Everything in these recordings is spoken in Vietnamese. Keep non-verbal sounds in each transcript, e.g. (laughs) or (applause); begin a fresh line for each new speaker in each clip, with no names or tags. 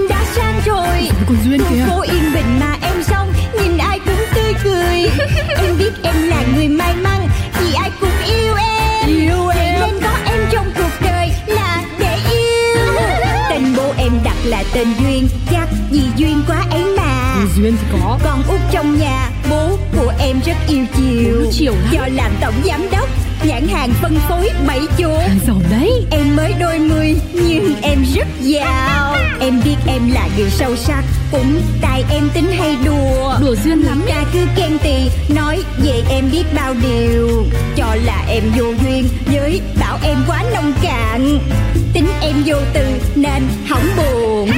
(laughs) (laughs)
Ừ.
viên thì có
Còn út trong nhà, bố của em rất yêu chiều
Bố chiều lắm.
Do làm tổng giám đốc, nhãn hàng phân phối bảy chỗ
Hàng giàu đấy
Em mới đôi mươi nhưng em rất giàu Em biết em là người sâu sắc Cũng tại em tính hay đùa
Đùa duyên lắm
Ra cứ khen tì Nói về em biết bao điều Cho là em vô duyên Với bảo em quá nông cạn Tính em vô từ nên hỏng buồn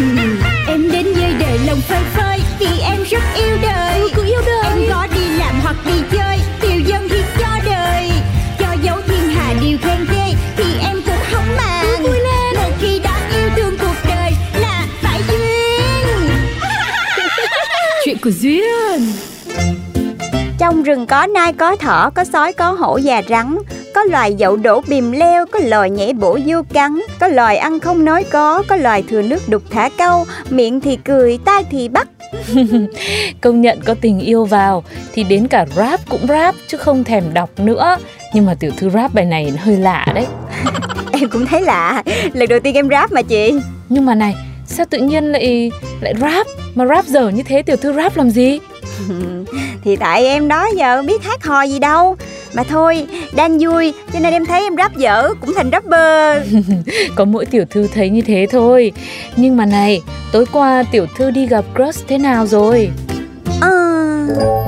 Em đến với đời lòng phơi phơi Vì em rất yêu đời
cứ yêu đời.
Em có đi làm hoặc đi chơi Tiêu dân thì cho đời Cho dấu thiên hà điều khen ghê Thì em cũng không màng vui lên Một khi đã yêu thương cuộc đời Là phải duyên
Chuyện của Duyên
Trong rừng có nai, có thỏ, có sói, có hổ và rắn Có loài dậu đổ bìm leo, có loài nhảy bổ vô cắn Có loài ăn không nói có, có loài thừa nước đục thả câu Miệng thì cười, tai thì bắt (laughs)
Công nhận có tình yêu vào thì đến cả rap cũng rap chứ không thèm đọc nữa. Nhưng mà tiểu thư rap bài này hơi lạ đấy.
Em cũng thấy lạ, lần đầu tiên em rap mà chị (laughs)
Nhưng mà này, sao tự nhiên lại lại rap mà rap dở như thế tiểu thư rap làm gì?
Thì tại em đó giờ biết hát hò gì đâu Mà thôi, đang vui, cho nên em thấy em rap dở, cũng thành rapper
Có mỗi tiểu thư thấy như thế thôi. Nhưng mà này, tối qua tiểu thư đi gặp crush thế nào rồi?
Ờ,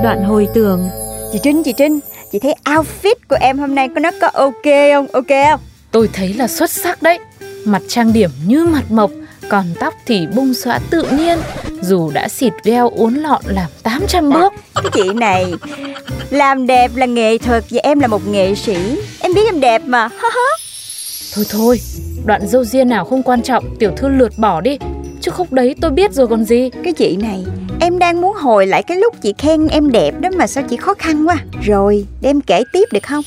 Đoạn hồi tưởng
Chị Trinh, chị Trinh, chị thấy outfit của em hôm nay có nó có ok không, ok không?
Tôi thấy là xuất sắc đấy. Mặt trang điểm như mặt mộc, còn tóc thì bung xõa tự nhiên. Dù đã xịt gel uốn lọn làm 800 bước.
Cái chị này Làm đẹp là nghệ thuật Và em là một nghệ sĩ Em biết em đẹp mà
Thôi thôi, đoạn dâu riêng nào không quan trọng, tiểu thư lượt bỏ đi. Chứ khúc đấy tôi biết rồi còn gì.
Cái chị này Em đang muốn hồi lại cái lúc chị khen em đẹp đó Mà sao chị khó khăn quá Rồi để em kể tiếp được không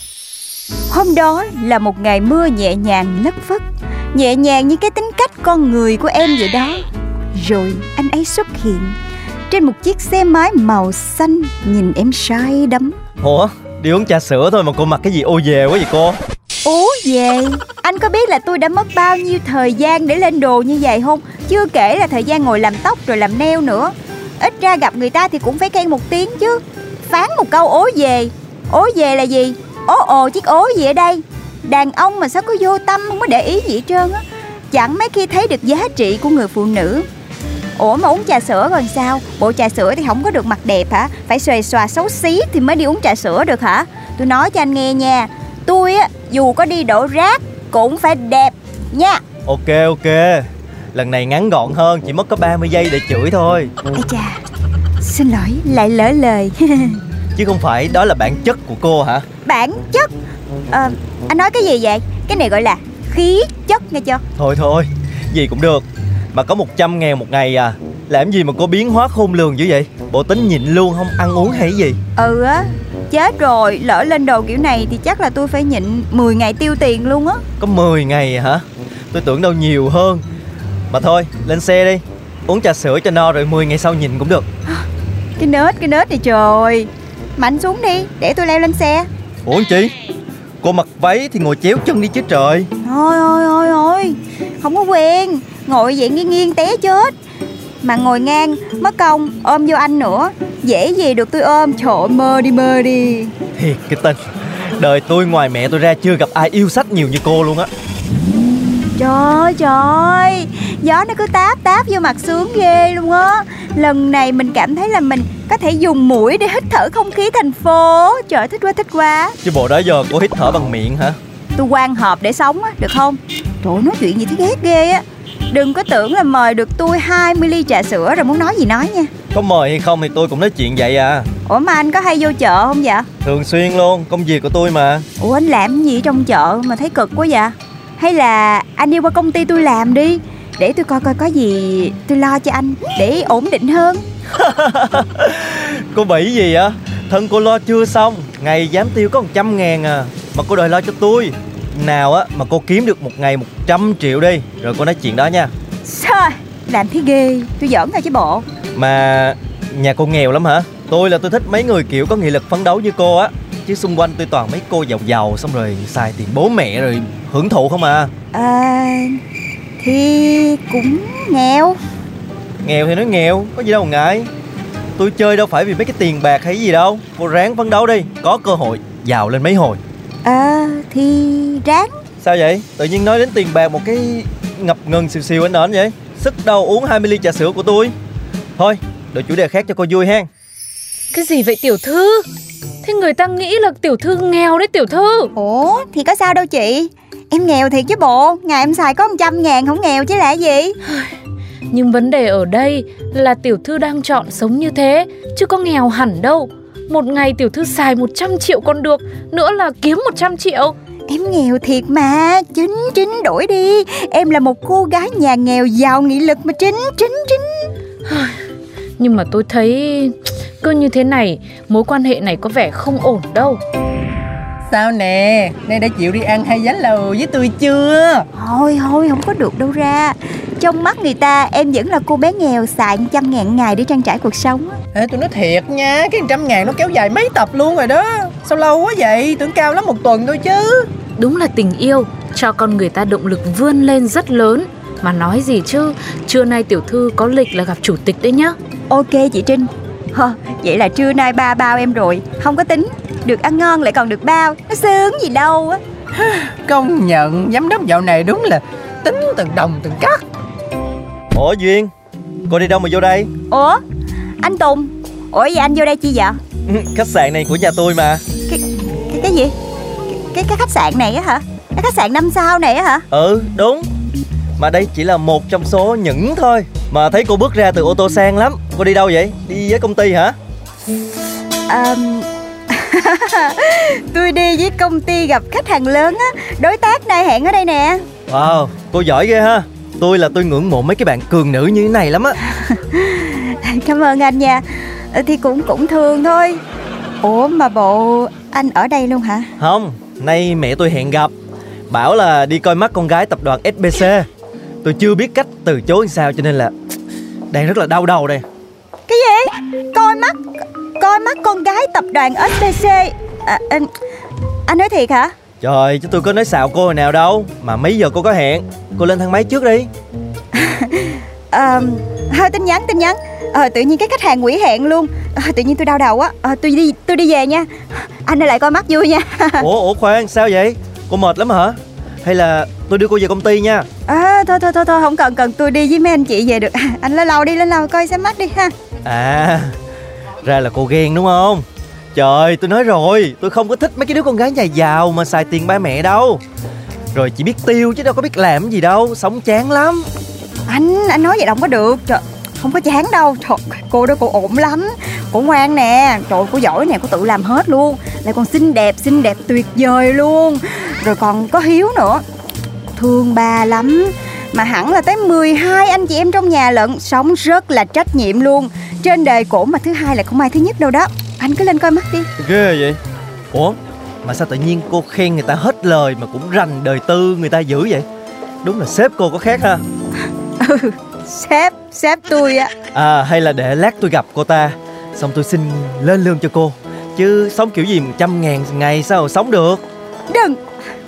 Hôm đó là một ngày mưa nhẹ nhàng lất phất Nhẹ nhàng như cái tính cách con người của em vậy đó Rồi anh ấy xuất hiện Trên một chiếc xe máy màu xanh Nhìn em say đắm
Ủa, đi uống trà sữa thôi mà cô mặc cái gì ô về quá vậy cô?
Ố về Anh có biết là tôi đã mất bao nhiêu thời gian để lên đồ như vậy không Chưa kể là thời gian ngồi làm tóc rồi làm nail nữa Ít ra gặp người ta thì cũng phải khen một tiếng chứ Phán một câu ố về Ố về là gì Ố ồ chiếc ố gì ở đây Đàn ông mà sao có vô tâm không có để ý gì hết trơn á Chẳng mấy khi thấy được giá trị của người phụ nữ Ủa mà uống trà sữa còn sao Bộ trà sữa thì không có được mặt đẹp hả Phải xòe xòa xấu xí thì mới đi uống trà sữa được hả Tôi nói cho anh nghe nha Tôi á, dù có đi đổ rác cũng phải đẹp nha
Ok, ok Lần này ngắn gọn hơn, chỉ mất có 30 giây để chửi thôi
Ây chà, xin lỗi, lại lỡ lời (laughs)
Chứ không phải đó là bản chất của cô hả?
Bản chất Ờ, anh nói cái gì vậy? Cái này gọi là khí chất nghe chưa?
Thôi thôi, gì cũng được Mà có 100 ngàn một ngày à Làm gì mà cô biến hóa khôn lường dữ vậy? Bộ tính nhịn luôn không ăn uống hay gì?
Ừ á, chết rồi, lỡ lên đồ kiểu này thì chắc là tôi phải nhịn 10 ngày tiêu tiền luôn á
Có 10 ngày à hả? Tôi tưởng đâu nhiều hơn Mà thôi, lên xe đi Uống trà sữa cho no rồi 10 ngày sau nhìn cũng được
Cái nết, cái nết này trời Mạnh xuống đi, để tôi leo lên xe
Ủa làm chi? Cô mặc váy thì ngồi chéo chân đi chứ trời
Thôi ôi ôi ôi Không có quen Ngồi vậy nghiêng nghiêng té chết Mà ngồi ngang mất công ôm vô anh nữa Dễ gì được tôi ôm Trời ơi, mơ đi mơ đi
Thiệt cái tình Đời tôi ngoài mẹ tôi ra chưa gặp ai yêu sách nhiều như cô luôn á
Trời ơi trời ơi, Gió nó cứ táp táp vô mặt sướng ghê luôn á Lần này mình cảm thấy là mình Có thể dùng mũi để hít thở không khí thành phố Trời ơi, thích quá thích quá
Chứ bộ đó giờ cô hít thở bằng miệng hả
Tôi quan hợp để sống á được không Trời ơi, nói chuyện gì thấy ghét ghê á Đừng có tưởng là mời được tôi 20 ly trà sữa rồi muốn nói gì nói nha
Có mời hay không thì tôi cũng nói chuyện vậy à
Ủa mà anh có hay vô chợ không vậy?
Thường xuyên luôn, công việc của tôi mà
Ủa anh làm cái gì ở trong chợ mà thấy cực quá vậy? Hay là anh đi qua công ty tôi làm đi Để tôi coi coi có gì tôi lo cho anh Để ổn định hơn
Cô bỉ gì á Thân cô lo chưa xong Ngày dám tiêu có 100 ngàn à Mà cô đòi lo cho tôi Nào á mà cô kiếm được một ngày 100 triệu đi Rồi cô nói chuyện đó nha
Trời, làm thế ghê Tôi giỡn thôi chứ bộ
Mà nhà cô nghèo lắm hả Tôi là tôi thích mấy người kiểu có nghị lực phấn đấu như cô á Chứ xung quanh tôi toàn mấy cô giàu giàu Xong rồi xài tiền bố mẹ rồi hưởng thụ không à
à, Thì cũng nghèo
Nghèo thì nói nghèo, có gì đâu mà ngại Tôi chơi đâu phải vì mấy cái tiền bạc hay gì đâu Cô ráng phấn đấu đi Có cơ hội giàu lên mấy hồi
Ờ thì ráng
Sao vậy? Tự nhiên nói đến tiền bạc một cái ngập ngừng xìu xìu anh nến vậy Sức đầu uống 20 ly trà sữa của tôi Thôi đổi chủ đề khác cho cô vui ha
Cái gì vậy tiểu thư Thế người ta nghĩ là tiểu thư nghèo đấy tiểu thư
Ủa thì có sao đâu chị Em nghèo thiệt chứ bộ Ngày em xài có 100 ngàn không nghèo chứ là gì
Nhưng vấn đề ở đây là tiểu thư đang chọn sống như thế Chứ có nghèo hẳn đâu Một ngày tiểu thư xài 100 triệu còn được Nữa là kiếm 100 triệu
Em nghèo thiệt mà Chính chính đổi đi Em là một cô gái nhà nghèo giàu nghị lực mà chính chính chính
Nhưng mà tôi thấy cứ như thế này Mối quan hệ này có vẻ không ổn đâu
Sao nè, nay đã chịu đi ăn hai giá lầu với tôi chưa?
Thôi thôi không có được đâu ra Trong mắt người ta em vẫn là cô bé nghèo xài 100 ngàn ngày để trang trải cuộc sống á.
Ê, tôi nói thiệt nha, cái trăm ngàn nó kéo dài mấy tập luôn rồi đó Sao lâu quá vậy, tưởng cao lắm một tuần thôi chứ
Đúng là tình yêu cho con người ta động lực vươn lên rất lớn mà nói gì chứ, trưa nay tiểu thư có lịch là gặp chủ tịch đấy nhá.
Ok chị Trinh Hờ, Vậy là trưa nay ba bao em rồi Không có tính Được ăn ngon lại còn được bao Nó sướng gì đâu á
Công nhận, giám đốc dạo này đúng là tính từng đồng từng cắt
Ủa Duyên Cô đi đâu mà vô đây? (laughs)
Ủa Anh Tùng Ủa vậy anh vô đây chi vậy
Ừ, Khách sạn này của nhà tôi mà
Cái, cái gì cái, cái khách sạn này á hả Cái khách sạn năm sao này á hả
Ừ đúng Mà đây chỉ là một trong số những thôi Mà thấy cô bước ra từ ô tô sang lắm Cô đi đâu vậy? Đi với công ty hả?
Ờm, (laughs) Tôi đi với công ty gặp khách hàng lớn á Đối tác nay hẹn ở đây nè (laughs)
Wow cô giỏi ghê ha Tôi là tôi ngưỡng mộ mấy cái bạn cường nữ như thế này lắm á
Cảm ơn anh nha Ờ, Thì cũng cũng thương thôi Ủa mà bộ anh ở đây luôn hả
Không, nay mẹ tôi hẹn gặp Bảo là đi coi mắt con gái tập đoàn SBC Tôi chưa biết cách từ chối sao cho nên là Đang rất là đau đầu đây
Cái gì? Coi mắt Coi mắt con gái tập đoàn SBC à, anh, anh nói thiệt hả?
Trời chứ tôi có nói xạo cô hồi nào đâu Mà mấy giờ cô có hẹn Cô lên thang máy trước đi
Ờ, Thôi tin nhắn tin nhắn Ờ, Tự nhiên cái khách hàng quỷ hẹn luôn Ờ, Tự nhiên tôi đau đầu á Ờ, Tôi đi tôi đi về nha Anh ở lại coi mắt vui nha
Ủa, ủa khoan sao vậy Cô mệt lắm hả Hay là tôi đưa cô về công ty nha
à, Thôi thôi thôi thôi không cần cần tôi đi với mấy anh chị về được (laughs) Anh lên lầu đi lên lầu coi xem mắt đi ha
À Ra là cô ghen đúng không Trời tôi nói rồi Tôi không có thích mấy cái đứa con gái nhà giàu Mà xài tiền ba mẹ đâu Rồi chỉ biết tiêu chứ đâu có biết làm cái gì đâu Sống chán lắm
Anh anh nói vậy đâu có được Trời không có chán đâu Trời, cô đó cô ổn lắm cô ngoan nè trời cô giỏi nè cô tự làm hết luôn lại còn xinh đẹp xinh đẹp tuyệt vời luôn rồi còn có hiếu nữa thương ba lắm mà hẳn là tới 12 anh chị em trong nhà lận sống rất là trách nhiệm luôn trên đời cổ mà thứ hai là không ai thứ nhất đâu đó anh cứ lên coi mắt đi
Ghê vậy Ủa Mà sao tự nhiên cô khen người ta hết lời Mà cũng rành đời tư người ta dữ vậy Đúng là sếp cô có khác ha
sếp sếp tôi á
À hay là để lát tôi gặp cô ta Xong tôi xin lên lương cho cô Chứ sống kiểu gì 100 ngàn ngày sao sống được
Đừng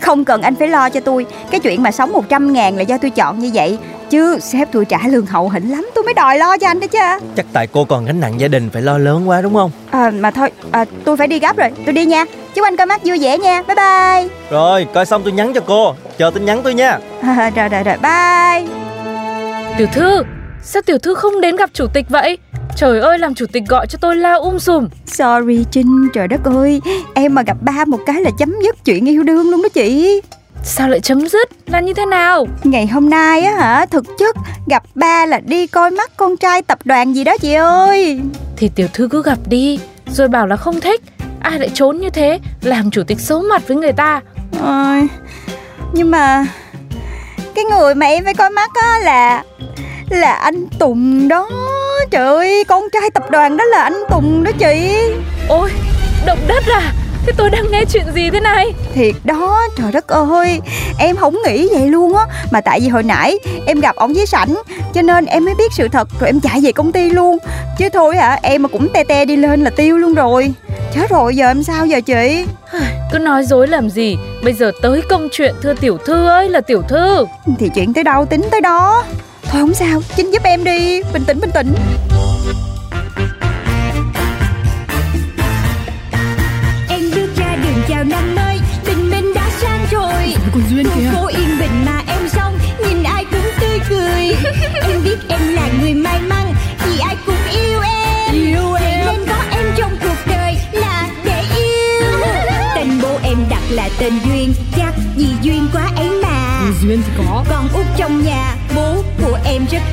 Không cần anh phải lo cho tôi Cái chuyện mà sống 100 ngàn là do tôi chọn như vậy Chứ sếp tôi trả lương hậu hĩnh lắm Tôi mới đòi lo cho anh đó chứ
Chắc tại cô còn gánh nặng gia đình phải lo lớn quá đúng không
à, Mà thôi à, tôi phải đi gấp rồi Tôi đi nha Chúc anh coi mắt vui vẻ nha Bye bye
Rồi coi xong tôi nhắn cho cô Chờ tin nhắn tôi nha
à, Rồi rồi rồi bye
Tiểu thư, sao tiểu thư không đến gặp chủ tịch vậy? Trời ơi làm chủ tịch gọi cho tôi la um sùm.
Sorry Trinh trời đất ơi Em mà gặp ba một cái là chấm dứt chuyện yêu đương luôn đó chị
Sao lại chấm dứt? Là như thế nào?
Ngày hôm nay á hả Thực chất gặp ba là đi coi mắt con trai tập đoàn gì đó chị ơi
Thì tiểu thư cứ gặp đi, rồi bảo là không thích. Ai lại trốn như thế, làm chủ tịch xấu mặt với người ta.
Ôi, nhưng mà cái người mà em phải coi mắt á là là anh Tùng đó. Trời ơi, con trai tập đoàn đó là anh Tùng đó chị.
Ôi, động đất à? Thế tôi đang nghe chuyện gì thế này?
Thiệt đó, trời đất ơi, em không nghĩ vậy luôn á, mà tại vì hồi nãy em gặp ổng với sảnh cho nên em mới biết sự thật rồi em chạy về công ty luôn. Chứ thôi hả, em mà cũng te te đi lên là tiêu luôn rồi. Chết rồi, giờ em sao giờ chị?
Cứ nói dối làm gì? Bây giờ tới công chuyện thưa tiểu thư ơi là tiểu thư.
Thì chuyện tới đâu tính tới đó. Thôi không sao, Trinh giúp em đi, bình tĩnh bình tĩnh.
à? (laughs) (laughs)
duyên chắc vì duyên quá ấy mà
duyên thì có
con út trong nhà bố của em rất